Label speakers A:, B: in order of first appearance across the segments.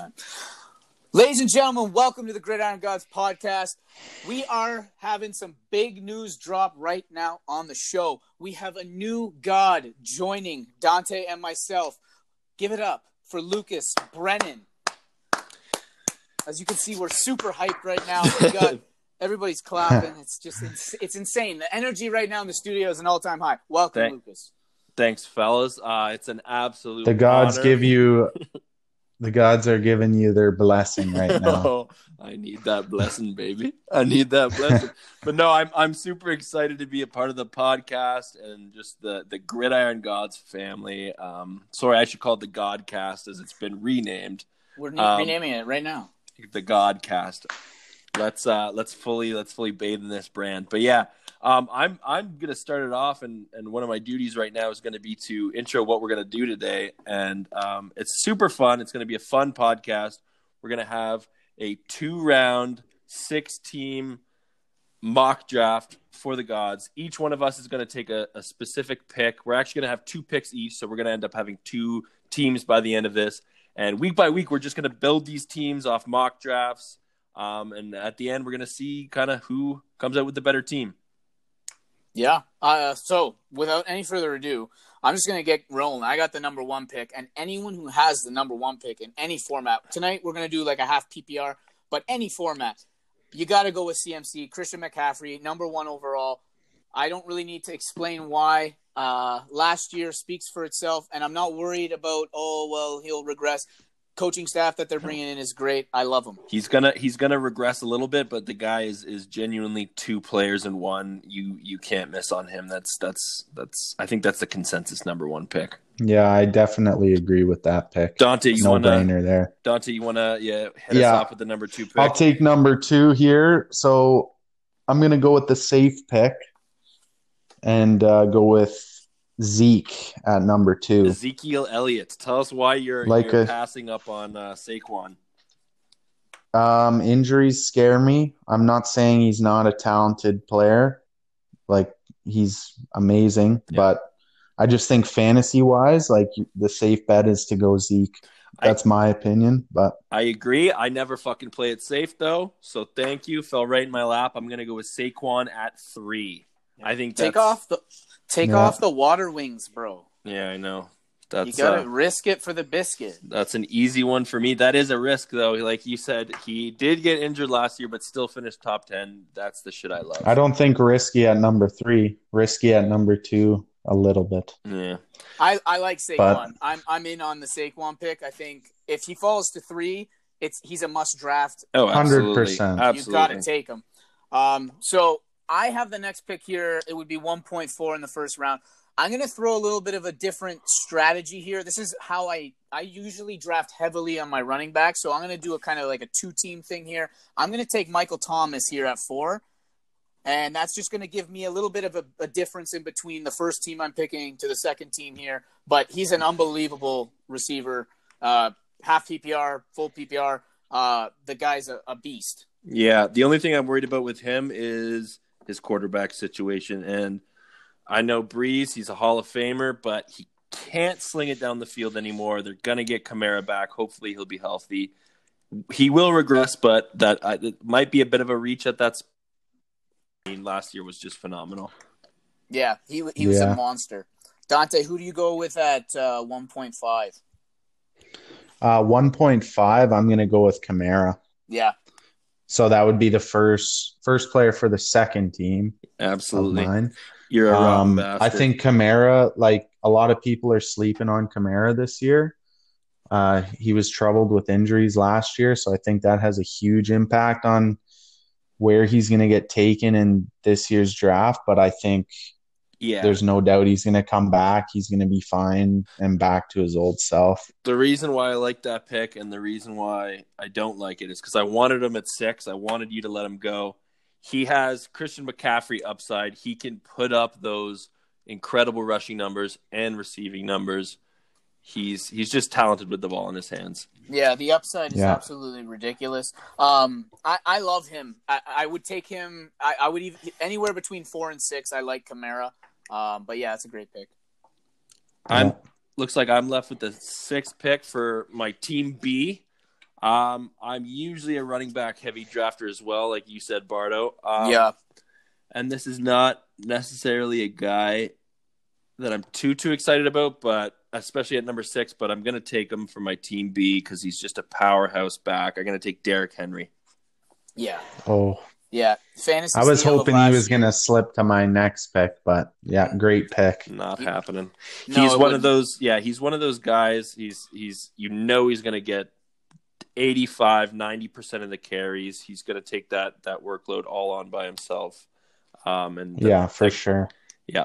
A: time. Ladies and gentlemen, welcome to the Gridiron Gods podcast. We are having some big news drop right now on the show. We have a new god joining Dante and myself. Give it up for Lucas Brennan. As you can see, we're super hyped right now. We got everybody's clapping. It's just ins- it's insane. The energy right now in the studio is an all-time high. Welcome,
B: Thank-
A: Lucas.
B: Thanks, fellas. Uh, it's an absolute.
C: The gods
B: honor.
C: give you, the gods are giving you their blessing right now.
B: Oh, I need that blessing, baby. I need that blessing. but no, I'm I'm super excited to be a part of the podcast and just the the Gridiron Gods family. Um, sorry, I should call it the Godcast as it's been renamed.
A: We're
B: Um,
A: renaming it right now.
B: the Godcast. Let's uh let's fully let's fully bathe in this brand. But yeah, um I'm I'm gonna start it off and and one of my duties right now is gonna be to intro what we're gonna do today. And um it's super fun. It's gonna be a fun podcast. We're gonna have a two round, six team mock draft for the gods. Each one of us is gonna take a, a specific pick. We're actually gonna have two picks each, so we're gonna end up having two teams by the end of this. And week by week, we're just going to build these teams off mock drafts. Um, and at the end, we're going to see kind of who comes out with the better team.
A: Yeah. Uh, so, without any further ado, I'm just going to get rolling. I got the number one pick, and anyone who has the number one pick in any format tonight, we're going to do like a half PPR, but any format, you got to go with CMC, Christian McCaffrey, number one overall. I don't really need to explain why. Uh, last year speaks for itself, and I'm not worried about, oh, well, he'll regress. Coaching staff that they're bringing in is great. I love them.
B: He's gonna he's gonna regress a little bit, but the guy is is genuinely two players in one. You you can't miss on him. That's that's that's I think that's the consensus number one pick.
C: Yeah, I definitely agree with that pick.
B: Dante, you
C: No
B: wanna
C: brainer there.
B: Dante, you wanna yeah hit
C: Yeah.
B: us off with the number two pick.
C: I'll take number two here. So I'm gonna go with the safe pick, and uh, go with Zeke at number two.
B: Ezekiel Elliott. Tell us why you're,
C: Like
B: you're
C: a-
B: passing up on uh, Saquon.
C: Um, injuries scare me. I'm not saying he's not a talented player. Like he's amazing,
B: Yeah.
C: but I just think fantasy wise, like the safe bet is to go Zeke.
B: I-
C: That's my opinion, but
B: I agree. I never fucking play it safe though. So thank you. Fell right in my lap. I'm gonna go with Saquon at three. I think
A: Take
B: that's-
A: off the take
C: Yeah.
A: off the water wings, bro.
B: Yeah, I know. That's
A: you gotta
B: uh,
A: risk it for the biscuit.
B: that's an easy one for me. That is a risk though. Like you said, he did get injured last year, but still finished top ten. That's the shit I love.
C: I don't think risky at number three, risky at number two, a little bit.
B: Yeah,
A: I, I like Saquon.
C: But-
A: I'm I'm in on the Saquon pick. I think if he falls to three, it's he's a must draft.
B: oh, absolutely,
C: 100%.
A: You've got to
B: absolutely.
A: take him. Um, so I have the next pick here. It would be 1.4 in the first round. I'm gonna throw a little bit of a different strategy here. This is how I I usually draft heavily on my running back. So I'm gonna do a kind of like a two team thing here. I'm gonna take Michael Thomas here at four. And that's just going to give me a little bit of a, a difference in between the first team I'm picking to the second team here. But he's an unbelievable receiver, uh, half PPR, full PPR. Uh, the guy's a, a beast.
B: Yeah, the only thing I'm worried about with him is his quarterback situation. And I know Breeze, he's a Hall of Famer, but he can't sling it down the field anymore. They're gonna get Kamara back. Hopefully, he'll be healthy. He will regress, but that I, it might be a bit of a reach at that. Sp- I mean, last year was just phenomenal.
A: Yeah, he he was
C: Yeah.
A: a monster. Dante, who do you go with at uh, 1.5?
C: Uh, 1.5, I'm going to go with Kamara.
A: Yeah,
C: So that would be the first first player for the second team
B: Absolutely,
C: of mine.
B: you're a wrong
C: Um, I
B: bastard.
C: think Kamara, like a lot of people are sleeping on Kamara this year. Uh, he was troubled with injuries last year, so I think that has a huge impact on where he's going to get taken in this year's draft. But I think
B: yeah.
C: there's no doubt he's going to come back. He's going to be fine and back to his old self.
B: the reason why I like that pick and the reason why I don't like it is because I wanted him at six. I wanted you to let him go. He has Christian McCaffrey upside. He can put up those incredible rushing numbers and receiving numbers. He's he's just talented with the ball in his hands.
A: yeah, the upside is
C: Yeah.
A: absolutely ridiculous. Um, I, I love him. I, I would take him. I, I would even anywhere between four and six. I like Kamara. Um, but yeah, it's a great pick.
B: I'm looks like I'm left with the sixth pick for my team B. Um, I'm usually a running back heavy drafter as well, like you said, Bardo. Um,
A: yeah.
B: And this is not necessarily a guy that I'm too too excited about, but especially at number six. But I'm going to take him for my team B because he's just a powerhouse back. I'm going to take Derrick Henry.
A: Yeah.
C: Oh,
A: Yeah. Fantasy.
C: I was
A: steal of
C: hoping he
A: last
C: was going to slip to my next pick, but yeah, great pick.
B: Not
A: You-
B: happening.
A: year. No,
B: he's
A: it
B: one of
A: wouldn't.
B: those. Yeah, he's one of those guys. He's he's you know he's going to get 85, 90 percent of the carries. He's going to take that that workload all on by himself. Um, and
C: Yeah, for
B: like,
C: sure.
B: yeah,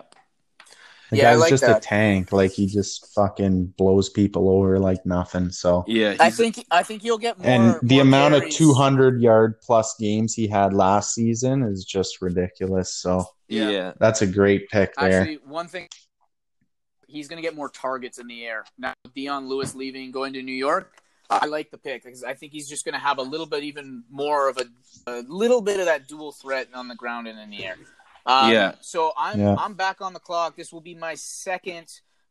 C: The
A: Yeah, I
C: guy's
A: like
C: just
A: that.
C: a tank. Like he just fucking blows people over like nothing. So
B: yeah.
A: I
B: he's-
A: think I think you'll get more.
C: and the
A: more
C: amount of
A: carries.
C: 200 yard plus games he had last season is just ridiculous. So
A: Yeah.
B: yeah.
C: that's a great pick there.
A: Actually, one thing. He's going to get more targets in the air now. With Deion Lewis leaving, and going to New York. I like the pick because I think he's just going to have a little bit, even more of a, a little bit of that dual threat on the ground and in the air. Um,
B: Yeah.
A: So I'm
C: Yeah.
A: I'm back on the clock. This will be my second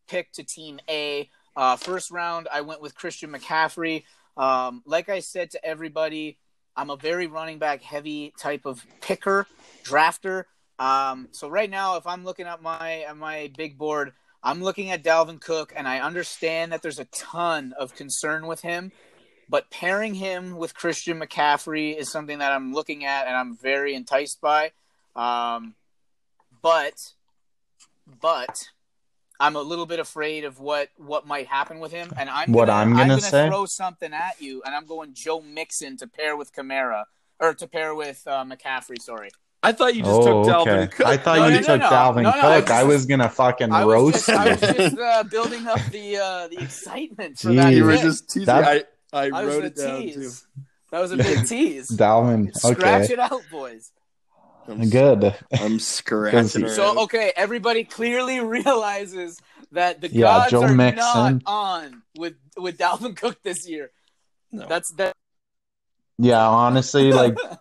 A: pick to Team A. Uh, first round, I went with Christian McCaffrey. Um, like I said to everybody, I'm a very running back heavy type of picker, drafter. Um, so right now, if I'm looking at my at my big board, I'm looking at Dalvin Cook, and I understand that there's a ton of concern with him. But pairing him with Christian McCaffrey is something that I'm looking at and I'm very enticed by. Um, but, but I'm a little bit afraid of what what might happen with him. And I'm
C: What
A: gonna,
C: I'm gonna say?
A: throw something at you, and I'm going Joe Mixon to pair with Kamara or to pair with uh, McCaffrey. Sorry,
B: I thought you just
C: Oh,
B: took Dalvin
C: okay.
B: Cook.
C: I thought
A: No,
C: you
A: no, no,
C: took
A: no. No,
C: Dalvin
A: no, I
C: Cook. I
A: just-
C: was gonna fucking
A: I was
C: roast
A: just, I was
C: you.
A: just uh, building up the uh, the excitement for
C: Jeez.
A: that.
B: you were
A: pick.
B: just teasing.
C: That-
B: I, I
A: That was
B: wrote
A: a
B: it down too.
A: tease. That was a big tease.
C: Dalvin.
A: Scratch
C: Okay,
A: it out, boys.
B: I'm,
C: good.
B: I'm scratching.
A: So
B: around.
A: okay, everybody clearly realizes that the
C: Yeah,
A: gods
C: Joe
A: are
C: Mixon.
A: not on with with Dalvin Cook this year.
B: No.
A: That's that.
C: Yeah, honestly, like w-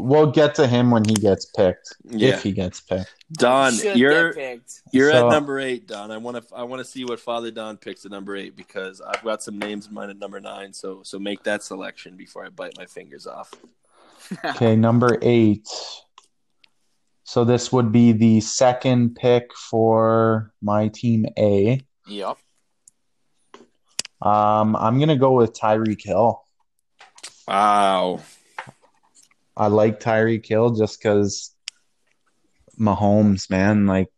C: we'll get to him when he gets picked,
B: yeah,
C: if he gets picked.
B: Don,
A: Should
B: you're
A: get picked.
B: you're
C: So-
B: at number eight, Don. I want to I want to see what Father Don picks at number eight because I've got some names in mind at number nine. So so make that selection before I bite my fingers off.
C: Okay, number eight. So this would be the second pick for my team A.
A: Yep.
C: Um, I'm gonna go with Tyreek Hill.
B: Wow.
C: I like Tyreek Hill just because Mahomes, man. Like,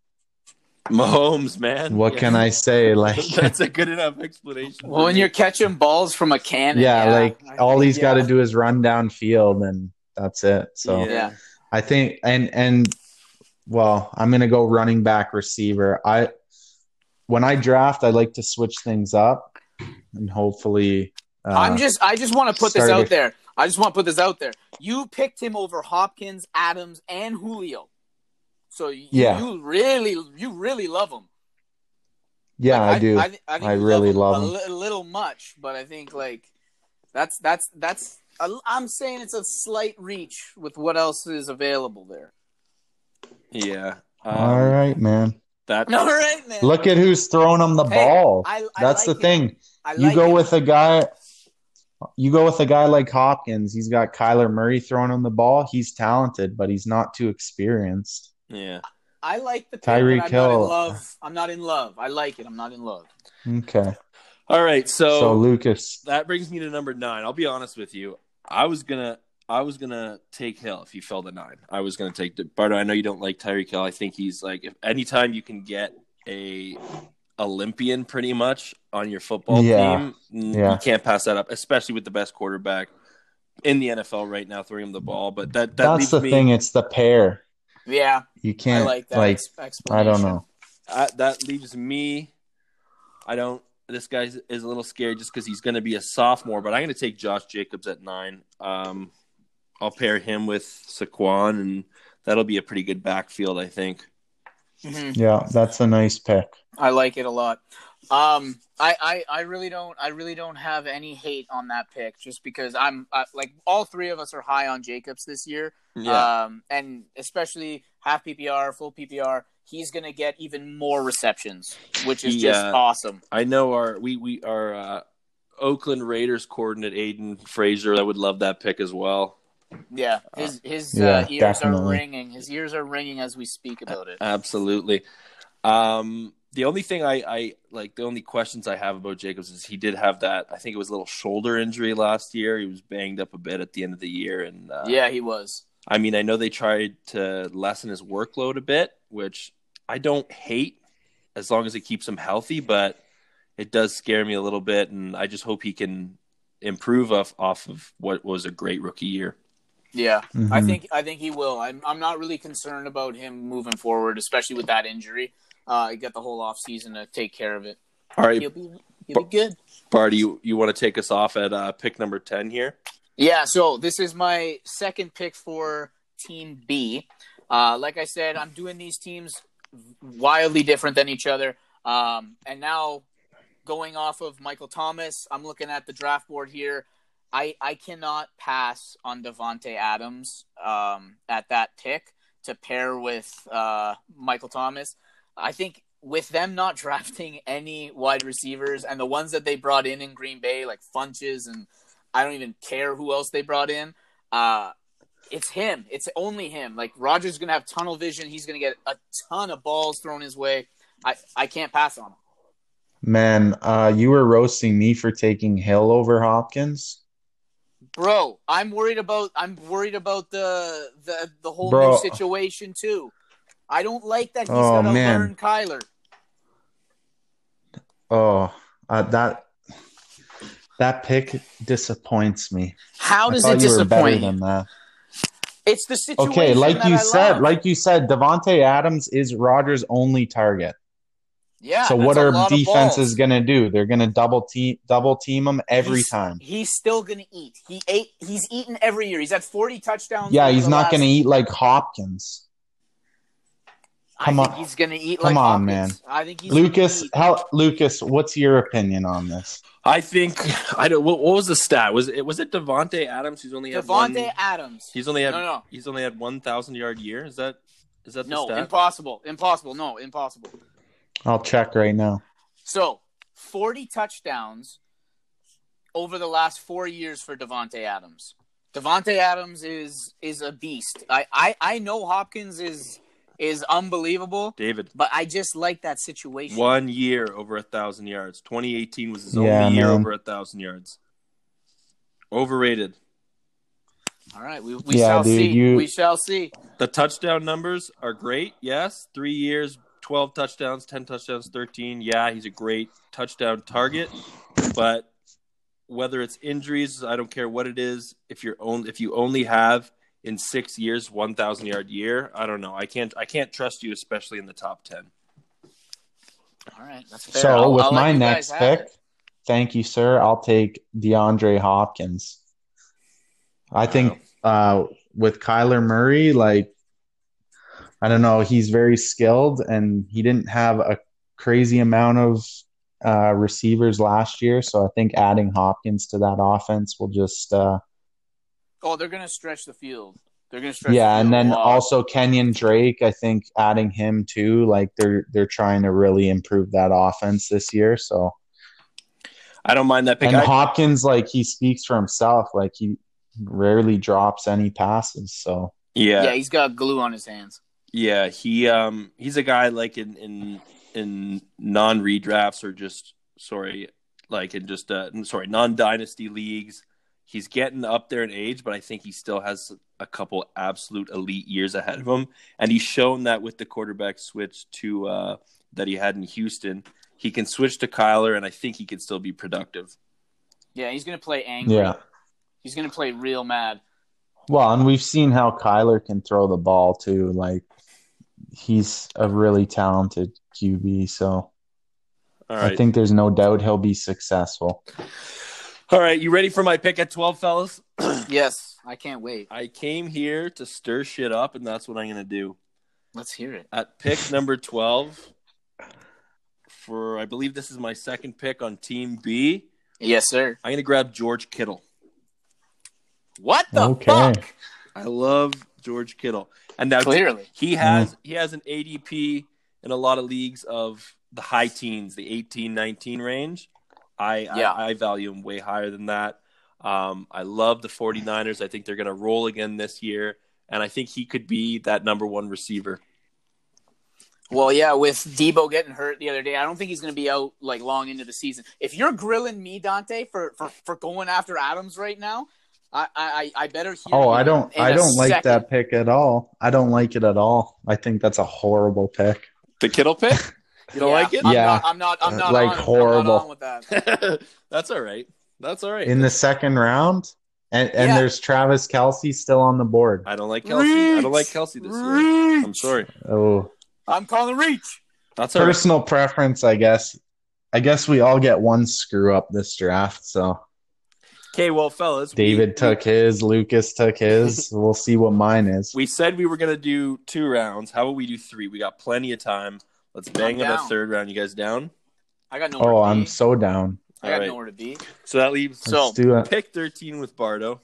B: Mahomes, man.
C: what can I say? Like,
B: That's a good enough explanation.
A: Well, when you're catching balls from a cannon,
C: yeah, like
A: I-
C: all he's
A: yeah.
C: got to do is run downfield, and that's it. So
A: Yeah.
C: I think, and and well, I'm gonna go running back receiver. I when I draft, I like to switch things up, and hopefully, uh,
A: I'm just I just want to put this
C: started-
A: out there. I just want to put this out there. You picked him over Hopkins, Adams, and Julio. So you,
C: Yeah.
A: you really you really love him.
C: yeah,
A: Like,
C: I do.
A: I, thi- I, think
C: I
A: you
C: really
A: love
C: love
A: him, a li- little much, but I think like that's that's that's i I'm saying it's a slight reach with what else is available there.
B: Yeah. Um,
C: all right, man.
B: That
A: All right, man.
C: Look at who's throwing him the
A: Hey,
C: ball.
A: I, I
C: That's
A: like
C: the
A: it.
C: thing.
A: I
C: you
A: like
C: go
A: it.
C: with a guy you go with a guy like Hopkins, he's got Kyler Murray throwing him the ball. He's talented, but he's not too experienced.
B: yeah.
A: I like the pick, but I'm not in
C: Tyreek Hill.
A: love. I'm not in love. I like it. I'm not in love.
C: Okay.
B: All right.
C: So,
B: So,
C: Lucas.
B: that brings me to number nine. I'll be honest with you. I was gonna I was gonna take Hill if he fell to nine. I was gonna take Bardo. I know you don't like Tyreek Hill. I think he's like if anytime you can get a Olympian pretty much on your football
C: Yeah.
B: team, n-
C: Yeah.
B: you can't pass that up, especially with the best quarterback in the NFL right now throwing him the ball. But that, that
C: That's
B: leaves
C: the
B: me
C: thing, it's the pair.
A: Yeah,
C: You can't
A: I
C: like
A: like that
C: like
A: ex-
C: I
A: explanation.
C: don't know.
B: I, that leaves me. I don't. This guy is is a little scared just because he's going to be a sophomore. But I'm going to take Josh Jacobs at nine. Um, I'll pair him with Saquon, and that'll be a pretty good backfield, I think.
A: Mhm.
C: Yeah, that's a nice pick.
A: I like it a lot. Um, I, I, I really don't I really don't have any hate on that pick just because I'm uh, like all three of us are high on Jacobs this year.
B: Uh,
A: Um, and especially half PPR, full PPR, he's gonna get even more receptions, which is just
B: Yeah.
A: awesome.
B: I know our we we our uh, Oakland Raiders coordinate Aiden Frazier. I would love that pick as well.
A: Yeah, his his
C: Yeah,
A: uh, ears are
C: definitely.
A: ringing. His ears are ringing as we speak about it.
B: Uh, Absolutely. Um, the only thing I, I like, the only questions I have about Jacobs is he did have that. I think it was a little shoulder injury last year. He was banged up a bit at the end of the year, and uh,
A: yeah, he was.
B: I mean, I know they tried to lessen his workload a bit, which I don't hate as long as it keeps him healthy, but it does scare me a little bit. And I just hope he can improve off, off of what was a great rookie year.
A: Yeah, I
C: Mhm.
A: think I think he will. I'm I'm not really concerned about him moving forward, especially with that injury. Uh, he got the whole off season to take care of it.
B: All right,
A: He'll be he'll be good.
B: Barty, you, you want to take us off at uh, pick number 10 here?
A: Yeah, so this is my second pick for Team B. Uh, like I said, I'm doing these teams wildly different than each other. Um, and now, going off of Michael Thomas, I'm looking at the draft board here. I, I cannot pass on Devonte Adams um, at that pick to pair with uh, Michael Thomas. I think with them not drafting any wide receivers and the ones that they brought in in Green Bay, like Funches and I don't even care who else they brought in. Uh, it's him. It's only him. Like Rogers gonna have tunnel vision. He's gonna get a ton of balls thrown his way. I, I can't pass on him.
C: Man, uh, you were roasting me for taking Hill over Hopkins.
A: Bro, I'm worried about I'm worried about the the, the whole
C: Bro.
A: new situation too. I don't like that he's
C: Oh,
A: gonna
C: man.
A: learn Kyler.
C: Oh, uh, that that pick disappoints me.
A: How
C: I
A: does
C: thought
A: it
C: you were better
A: disappoint? you?
C: than that.
A: It's the situation.
C: Okay, like
A: that
C: you
A: I
C: said,
A: love.
C: like you said, Devonte Adams is Rogers' only target.
A: yeah.
C: so
A: that's
C: what
A: a
C: are
A: lot of
C: defenses
A: balls.
C: going to do? They're going to double team double team him every
A: He's-
C: time.
A: He's still gonna eat. He ate. He's eaten every year. He's had 40 touchdowns.
C: Yeah,
A: over
C: he's
A: the
C: not
A: last
C: going to eat like Hopkins. Come
A: I think
C: on.
A: he's gonna eat like
C: Come on,
A: Hopkins. I think he's
C: Lucas,
A: gonna eat.
C: how Lucas, what's your opinion on this?
B: I think I don't. What, what was the stat? Was it was it Devonte Adams who's only had one?
A: Devontae Adams.
B: He's only had
A: No, no,
B: he's only had one thousand yard year. Is that is that the
A: no,
B: stat?
A: impossible, impossible, no, impossible.
C: I'll check right now.
A: So, forty touchdowns over the last four years for Devonte Adams. Devonte Adams is is a beast. I, I I know Hopkins is is unbelievable,
B: David,
A: but I just like that situation.
B: one year over a thousand yards. Twenty eighteen was his
C: Yeah,
B: only year
C: man.
B: over a thousand yards. Overrated.
A: All right, we, we
C: Yeah,
A: shall
C: dude,
A: see.
C: you-
A: We shall see.
B: The touchdown numbers are great. Yes, three years, twelve touchdowns, ten touchdowns, thirteen. Yeah, he's a great touchdown target, but whether it's injuries, I don't care what it is. If you're only if you only have in six years one thousand yard year, I don't know. I can't I can't trust you, especially in the top ten.
A: All right, that's fair.
C: So
A: I'll-
C: with
A: I'll let
C: my
A: you guys
C: next
A: have
C: pick,
A: it.
C: thank you, sir. I'll take DeAndre Hopkins. I think uh, with Kyler Murray, like I don't know, he's very skilled, and he didn't have a crazy amount of uh, receivers last year. So I think adding Hopkins to that offense will just uh,
A: Oh, they're gonna stretch the field. They're gonna stretch.
C: yeah,
A: the
C: and
A: field a
C: then
A: lot.
C: also Kenyon Drake. I think adding him too, like they're they're trying to really improve that offense this year. So.
B: I don't mind that pick.
C: and
B: I,
C: Hopkins, like he speaks for himself. Like he rarely drops any passes. So
B: yeah,
A: yeah, he's got glue on his hands.
B: Yeah, he um he's a guy like in in in non redrafts or just sorry like in just uh sorry non dynasty leagues. He's getting up there in age, but I think he still has a couple absolute elite years ahead of him, and he's shown that with the quarterback switch to uh that he had in Houston, he can switch to Kyler, and I think he can still be productive.
A: Yeah, he's gonna play angry.
C: yeah.
A: He's gonna play real mad.
C: Well, and we've seen how Kyler can throw the ball too. Like he's a really talented QB. So
B: All
C: I
B: right,
C: think there's no doubt he'll be successful.
B: all right, you ready for my pick at twelve, fellas?
A: Yes, I can't wait.
B: I came here to stir shit up, and that's what I'm gonna do.
A: Let's hear it.
B: at pick number 12 for i believe this is my second pick on team b
A: Yes, sir.
B: i'm gonna grab george kittle
A: What the
C: Okay.
A: fuck?
B: i love george kittle and now
A: Clearly.
B: he has he has an adp in a lot of leagues of the high teens the 18 19 range I,
A: Yeah.
B: I I value him way higher than that. Um, I love the 49ers. I think they're going to roll again this year, and I think he could be that number one receiver.
A: Well, yeah, with Debo getting hurt the other day, I don't think he's going to be out like long into the season. If you're grilling me, Dante, for for, for going after Adams right now, I I, I better hear.
C: Oh,
A: you
C: I don't
A: in
C: I
A: a
C: don't like
A: second.
C: that pick at all. I don't like it at all. I think that's a horrible pick.
B: The Kittle pick? You don't
A: Yeah.
B: like
A: I'm
C: Yeah.
A: not. I'm not. I'm not
C: Like,
A: on, I'm not
C: horrible.
A: on with that.
B: it? That's all right. That's all right.
C: In the second round and, and
A: Yeah.
C: there's Travis Kelsey still on the board.
B: I don't like Kelsey. I don't like Kelsey this year.
A: Reach.
B: I'm sorry.
C: Oh.
A: I'm calling reach.
B: That's all right.
C: Personal preference, I guess. I guess we all get one screw up this draft, so
B: Okay, well, fellas, we-
C: David took his, Lucas took his. We'll see what mine is.
B: We said we were gonna do two rounds. How about we do three? We got plenty of time. Let's bang
A: I'm
B: on a
A: down.
B: third round. You guys down?
A: I got nowhere.
C: Oh,
A: to
C: I'm
A: be.
C: so down.
A: I got
B: All right.
A: nowhere to be.
B: So that leaves
A: So-
C: Let's do it.
B: pick thirteen with Bardo.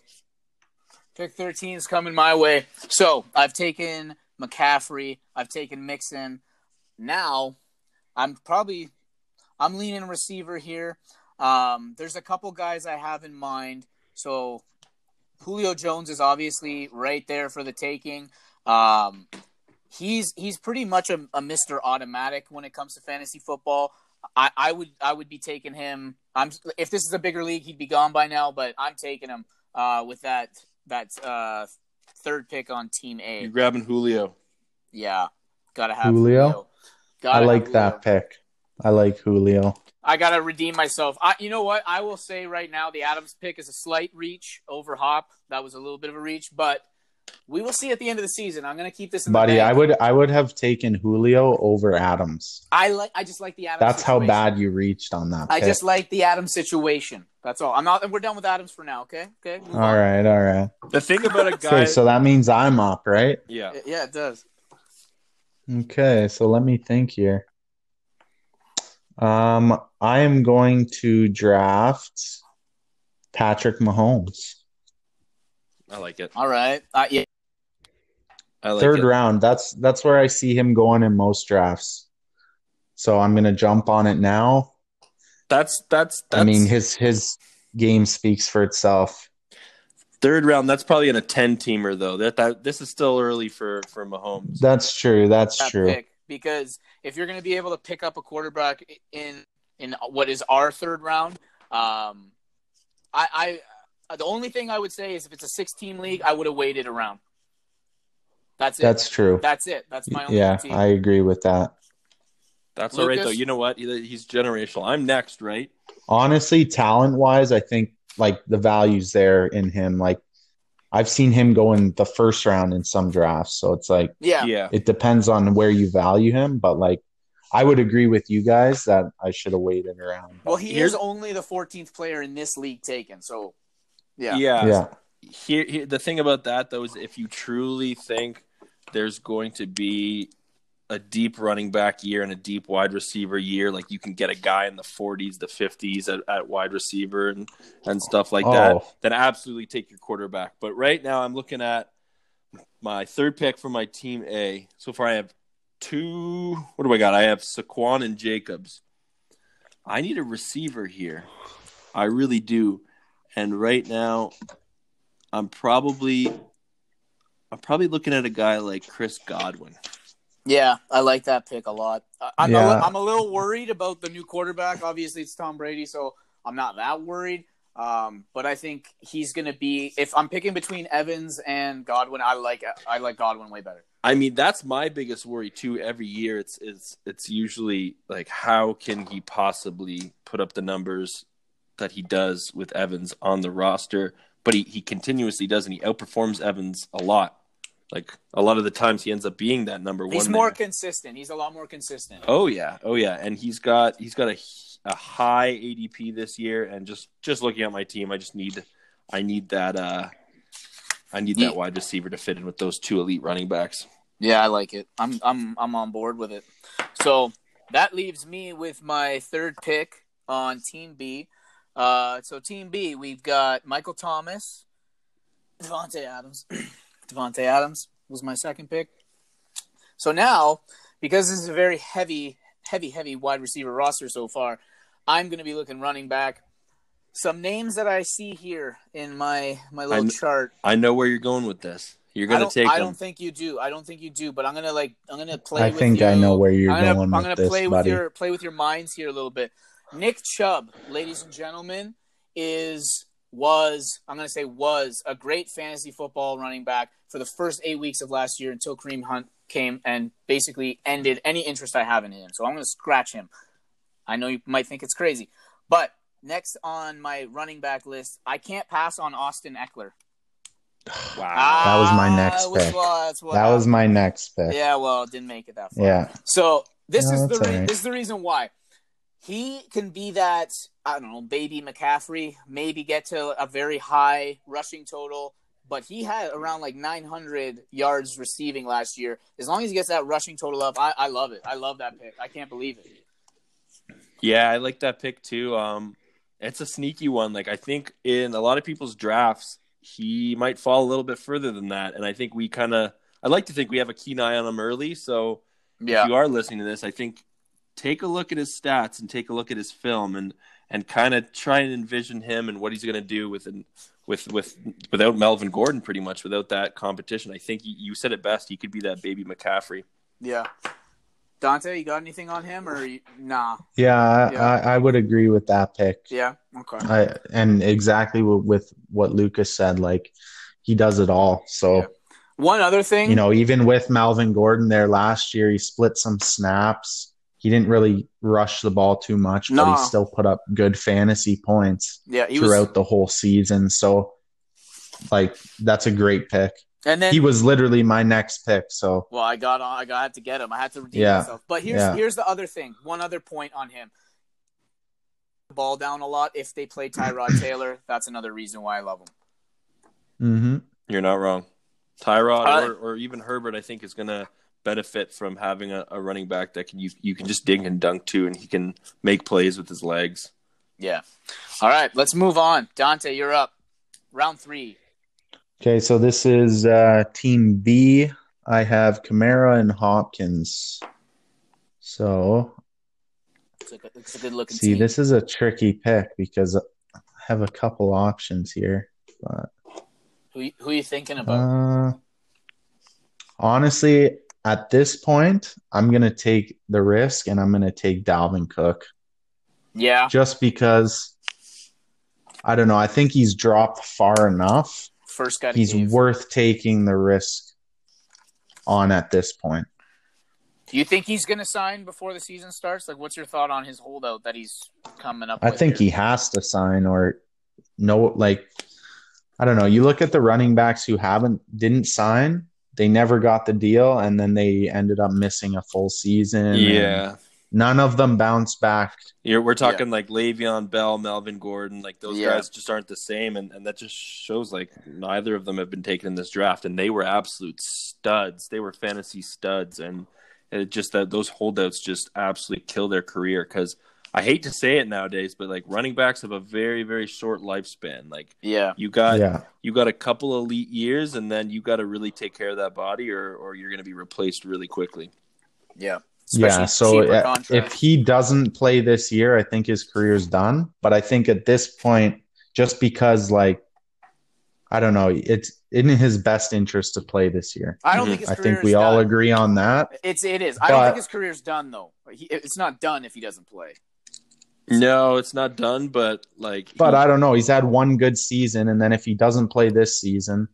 A: Pick 13 is coming my way. So I've taken McCaffrey. I've taken Mixon. Now I'm probably I'm leaning receiver here. Um, there's a couple guys I have in mind. So Julio Jones is obviously right there for the taking. Um, he's he's pretty much a, a Mr. Automatic when it comes to fantasy football. I, I would I would be taking him. I'm if this is a bigger league, he'd be gone by now. But I'm taking him uh, with that that uh, third pick on Team
B: You
A: A.
B: grabbing Julio?
A: Yeah, gotta have
C: Julio?
A: Julio.
C: I
A: Gotta
C: like
A: have Julio.
C: that pick. I like Julio.
A: I gotta redeem myself. I, you know what? I will say right now, the Adams pick is a slight reach over Hop. That was a little bit of a reach, but we will see at the end of the season. I'm gonna keep this in
C: Buddy,
A: the
C: I
A: bank.
C: would I would have taken Julio over Adams.
A: I like. I just like the Adams.
C: That's how
A: situation.
C: bad you reached on that.
A: I
C: pick.
A: just like the Adams situation. That's all. I'm not. We're done with Adams for now. Okay. Okay. Move
C: all
A: on.
C: right, all right.
B: The thing about a guy,
C: Okay, so that means I'm up, right?
B: yeah,
A: Y- Yeah, it does.
C: Okay, so let me think here. Um, I am going to draft Patrick Mahomes.
B: I like it.
A: All right. Uh, yeah.
B: I like
C: Third
B: it.
C: round. That's that's where I see him going in most drafts. So I'm gonna jump on it now.
B: That's that's that's
C: I mean his his game speaks for itself.
B: third round. That's probably in a ten teamer though. That that this is still early for for Mahomes.
C: That's true. That's
A: that
C: true.
A: pick because if you're going to be able to pick up a quarterback in in what is our third round, um, I, I the only thing I would say is if it's a six team league, I would have waited around. That's it. That's,
C: That's true.
A: it. That's my only
C: Yeah,
A: critique.
C: I agree with that.
B: That's all right
A: Lucas?
B: though. You know what? He- He's generational. I'm next, right?
C: Honestly, talent wise, I think like the values there in him. Like I've seen him go in the first round in some drafts, so it's like
A: yeah.
B: yeah.
C: it depends on where you value him. But like I would agree with you guys that I should have waited around.
A: Well, he
B: Here's-
A: is only the 14th player in this league taken. So, yeah.
B: yeah.
C: yeah,
B: here, here the thing about that though is if you truly think there's going to be a deep running back year and a deep wide receiver year like you can get a guy in the 40s the 50s at, at wide receiver and, and stuff like that
C: Oh.
B: then absolutely take your quarterback but right now i'm looking at my third pick for my team a so far i have two what do i got i have saquon and jacobs i need a receiver here i really do and right now I'm probably I'm probably looking at a guy like Chris Godwin.
A: Yeah, I like that pick a lot. I- I'm, a,
C: Yeah.
A: li- I'm a little worried about the new quarterback. Obviously, it's Tom Brady, so I'm not that worried. Um, but I think he's going to be. If I'm picking between Evans and Godwin, I like I like Godwin way better.
B: I mean, that's my biggest worry too. Every year, it's it's it's usually like, how can he possibly put up the numbers that he does with Evans on the roster? But he he continuously does, and he outperforms Evans a lot. Like a lot of the times, he ends up being that number one.
A: He's more
B: there.
A: consistent. He's a lot more consistent.
B: Oh yeah, oh yeah, and he's got he's got a a high ADP this year, and just just looking at my team, I just need I need that uh I need
A: Ye-
B: that wide receiver to fit in with those two elite running backs.
A: Yeah, I like it. I'm I'm I'm on board with it. So that leaves me with my third pick on Team B. Uh, so Team B, we've got Michael Thomas, Devonte Adams. Devonte Adams was my second pick. So now, because this is a very heavy, heavy, heavy wide receiver roster so far, I'm going to be looking running back. Some names that I see here in my my little
B: I'm-
A: chart.
B: I know where you're going with this. You're
A: I
B: gonna
A: don't,
B: take
A: I
B: them.
A: don't think you do. I don't think you do. But I'm gonna like I'm gonna play.
C: I
A: with
C: think I
A: you.
C: know where you're
A: I'm gonna,
C: going
A: I'm
C: with
A: gonna
C: this,
A: play
C: buddy.
A: with your play with your minds here a little bit. Nick Chubb, ladies and gentlemen, is was I'm gonna say was a great fantasy football running back for the first eight weeks of last year until Kareem Hunt came and basically ended any interest I have in him. So I'm gonna scratch him. I know you might think it's crazy, but next on my running back list, I can't pass on Austin Eckler.
B: Wow.
C: That was my
A: Ah,
C: next
A: which
C: pick.
A: was what
C: That
A: I-
C: was my next
A: uh,
C: pick. Yeah.
A: yeah. Well, it didn't make it that far. So this
C: No,
A: is the
C: that's all
A: re-
C: right.
A: this is the reason why he can be that I don't know baby McCaffrey maybe get to a very high rushing total, but he had around like 900 yards receiving last year. As long as he gets that rushing total up, I, I love it. I love that pick. I can't believe it.
B: Yeah, I like that pick too. Um, it's a sneaky one. Like I think in a lot of people's drafts, he might fall a little bit further than that. And I think we kind of, I like to think we have a keen eye on him early. So if you are listening to this, I think take a look at his stats and take a look at his film and and kind of try and envision him and what he's going to do with an with with without Melvin Gordon pretty much without that competition. I think you, you said it best. He could be that baby McCaffrey.
A: yeah. Dante, you got anything on him or you, nah?
C: I,
A: Yeah.
C: I, I would agree with that pick.
A: Yeah. Okay.
C: I, and exactly w- with what Lucas said, like he does it all. So,
A: Yeah. One other thing.
C: you know, even with Malvin Gordon there last year, he split some snaps. He didn't really rush the ball too much, but
A: No.
C: he still put up good fantasy points
A: yeah, he was,
C: throughout the whole season. So, like, that's a great pick.
A: and then
C: He was literally my next pick. So,
A: Well, I got on. I got I had to get him. I had to redeem
C: Yeah.
A: myself. But here's
C: Yeah.
A: here's the other thing. One other point on him. Ball down a lot. If they play Tyrod Taylor, that's another reason why I love him.
C: hmm
B: You're not wrong. Tyrod
A: Uh,
B: or, or even Herbert, I think, is going to benefit from having a, a running back that can you you can just dink and dunk to, and he can make plays with his legs.
A: Yeah. All right, let's move on. Dante, you're up. Round three.
C: Okay, so this is uh, Team B. I have Kamara and Hopkins. So
A: It's a, good- it's a good looking
C: see,
A: team.
C: this is a tricky pick because I have a couple options here.
A: Who y- who you thinking about?
C: Uh, honestly, at this point, I'm gonna take the risk and I'm gonna take Dalvin Cook
A: yeah,
C: just because I don't know. I think he's dropped far enough.
A: first guy. to
C: He's
A: cave.
C: worth taking the risk on at this point.
A: Do you think he's going to sign before the season starts? Like, what's your thought on his holdout that he's coming up?
C: I
A: with
C: think
A: here?
C: he has to sign or no, like I don't know. You look at the running backs who haven't didn't sign. They never got the deal, and then they ended up missing a full season. and
B: yeah,
C: none of them bounced back.
B: You're, we're talking like Le'Veon Bell, Melvin Gordon, like those
A: Yeah.
B: guys just aren't the same, and, and that just shows like neither of them have been taken in this draft, and they were absolute studs. They were fantasy studs, and it just that those holdouts just absolutely kill their career because. I hate to say it nowadays, but like running backs have a very, very short lifespan. Like
A: Yeah.
B: you got
C: yeah,
B: you got a couple elite years and then you got to really take care of that body or or you're going to be replaced really quickly.
A: Yeah.
C: yeah.
A: Especially
C: So
A: cheaper
C: uh,
A: contract.
C: if he doesn't play this year, I think his career's done. But I think at this point, just because like I don't know, it's in his best interest to play this year.
A: I don't
B: Mhm.
A: think his
C: I
A: career
C: think
A: is
C: we all
A: done.
C: agree on that.
A: It's it is. I don't
C: But-
A: think his career's done though. He, it's not done if he doesn't play.
B: No, it's not done but like
C: But
B: he-
C: I don't know. He's had one good season, and then if he doesn't play this season,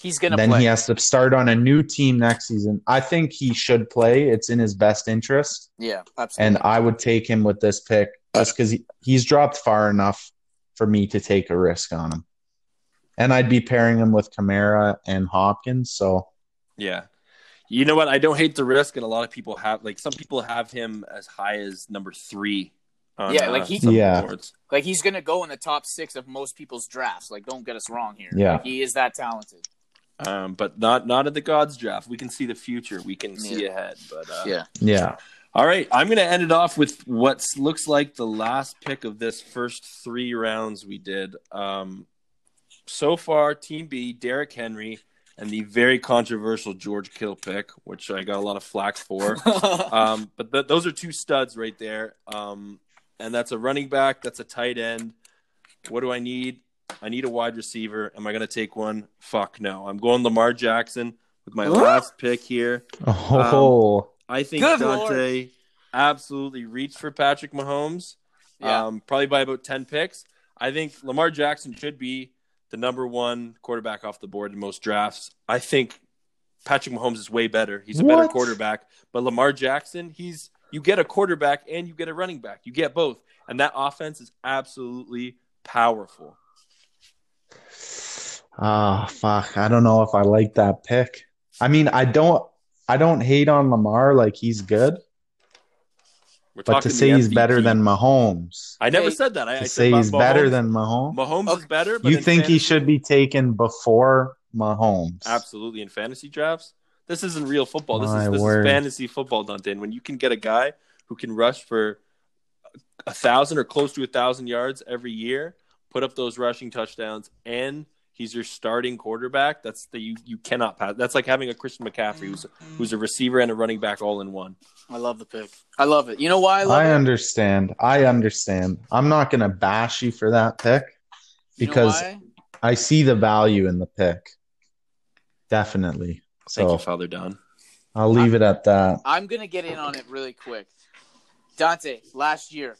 A: He's gonna
C: then
A: play.
C: he has to start on a new team next season. I think he should play. It's in his best interest,
A: yeah, absolutely.
C: and I would take him with this pick just because he, he's dropped far enough for me to take a risk on him. And I'd be pairing him with Kamara and Hopkins. So
B: yeah. You know what? I don't hate the risk and a lot of people have like some people have him as high as number 3. On, uh,
A: Yeah, like he-
B: some
C: Yeah.
B: boards.
A: like he's gonna go in the top six of most people's drafts. Like, don't get us wrong here.
C: Yeah.
A: Like, he is that talented.
B: Um, but not not at the gods draft. We can see the future. We can see ahead. But uh,
A: Yeah.
C: yeah,
B: all right, I'm going to end it off with what looks like the last pick of this first three rounds we did. Um, so far, Team B, Derrick Henry, and the very controversial George Kittle pick, which I got a lot of flack for. um, but th- those are two studs right there. Um, and that's a running back. That's a tight end. What do I need? I need a wide receiver. Am I going to take one? Fuck no. I'm going Lamar Jackson with my
A: Huh?
B: last pick here.
C: Oh,
B: I think
A: Good
B: Dante absolutely reached for Patrick Mahomes,
A: Yeah.
B: um, probably by about 10 picks. I think Lamar Jackson should be the number one quarterback off the board in most drafts. I think Patrick Mahomes is way better. He's a better
C: What?
B: quarterback. But Lamar Jackson, he's you get a quarterback and you get a running back. You get both. And that offense is absolutely powerful.
C: Ah, fuck. I don't know if I like that pick. I mean, I don't. I don't hate on Lamar. Like he's good,
B: We're
C: but
B: talking
C: to
B: the
C: say he's
B: MVP.
C: better than Mahomes,
B: I never
A: Hey,
B: said that. I, I
C: to
B: said
C: say he's
B: Mahomes-
C: better than Mahomes,
B: Mahomes is
A: Okay.
B: better. But
C: you
B: in
C: think he
B: fantasy-
C: should be taken before Mahomes?
B: Absolutely, in fantasy drafts, this isn't real football. This
C: My
B: is this
C: word.
B: is fantasy football, Dante. And when you can get a guy who can rush for a thousand or close to a thousand yards every year, put up those rushing touchdowns, and he's your starting quarterback. That's the you you cannot pass. That's like having a Christian McCaffrey who's who's a receiver and a running back all in one.
A: I love the pick. I love it. You know why I love
C: I
A: it?
C: understand. I understand. I'm not going to bash you for that pick
A: You know
C: because
A: why?
C: I see the value in the pick. Definitely.
B: Thank
C: So
B: you, Father Don.
C: I'll leave it at that.
A: I'm gonna get in on it really quick. Dante, last year,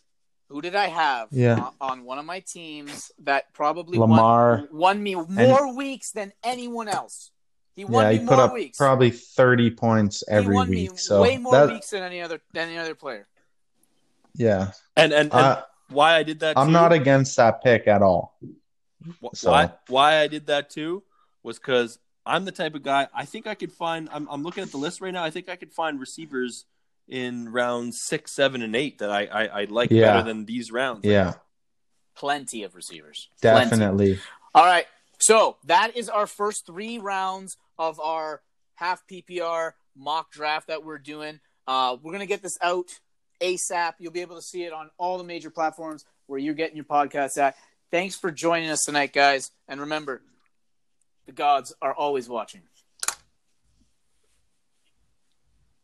A: who did I have
C: Yeah.
A: on, on one of my teams that probably
C: Lamar.
A: won, won me more weeks than anyone else? He won
C: Yeah,
A: me
C: he
A: more
C: put up
A: weeks.
C: probably 30 points
A: he
C: every
A: won
C: week.
A: me
C: So
A: way more
C: that,
A: weeks than any other than any other player.
C: yeah,
B: And and, and
C: I,
B: why I did that?
C: I'm
B: too-
C: not against that pick at all.
B: Wh-
C: So-
B: Why why I did that too was because I'm the type of guy I think I could find. I'm I'm looking at the list right now. I think I could find receivers in round six, seven, and eight that I I, I like
C: Yeah.
B: better than these rounds.
C: Yeah,
A: Plenty of receivers. Plenty.
C: definitely.
A: All right. So that is our first three rounds of our half PPR mock draft that we're doing. Uh, we're going to get this out ASAP. You'll be able to see it on all the major platforms where you're getting your podcasts at. Thanks for joining us tonight, guys. And remember, the gods are always watching.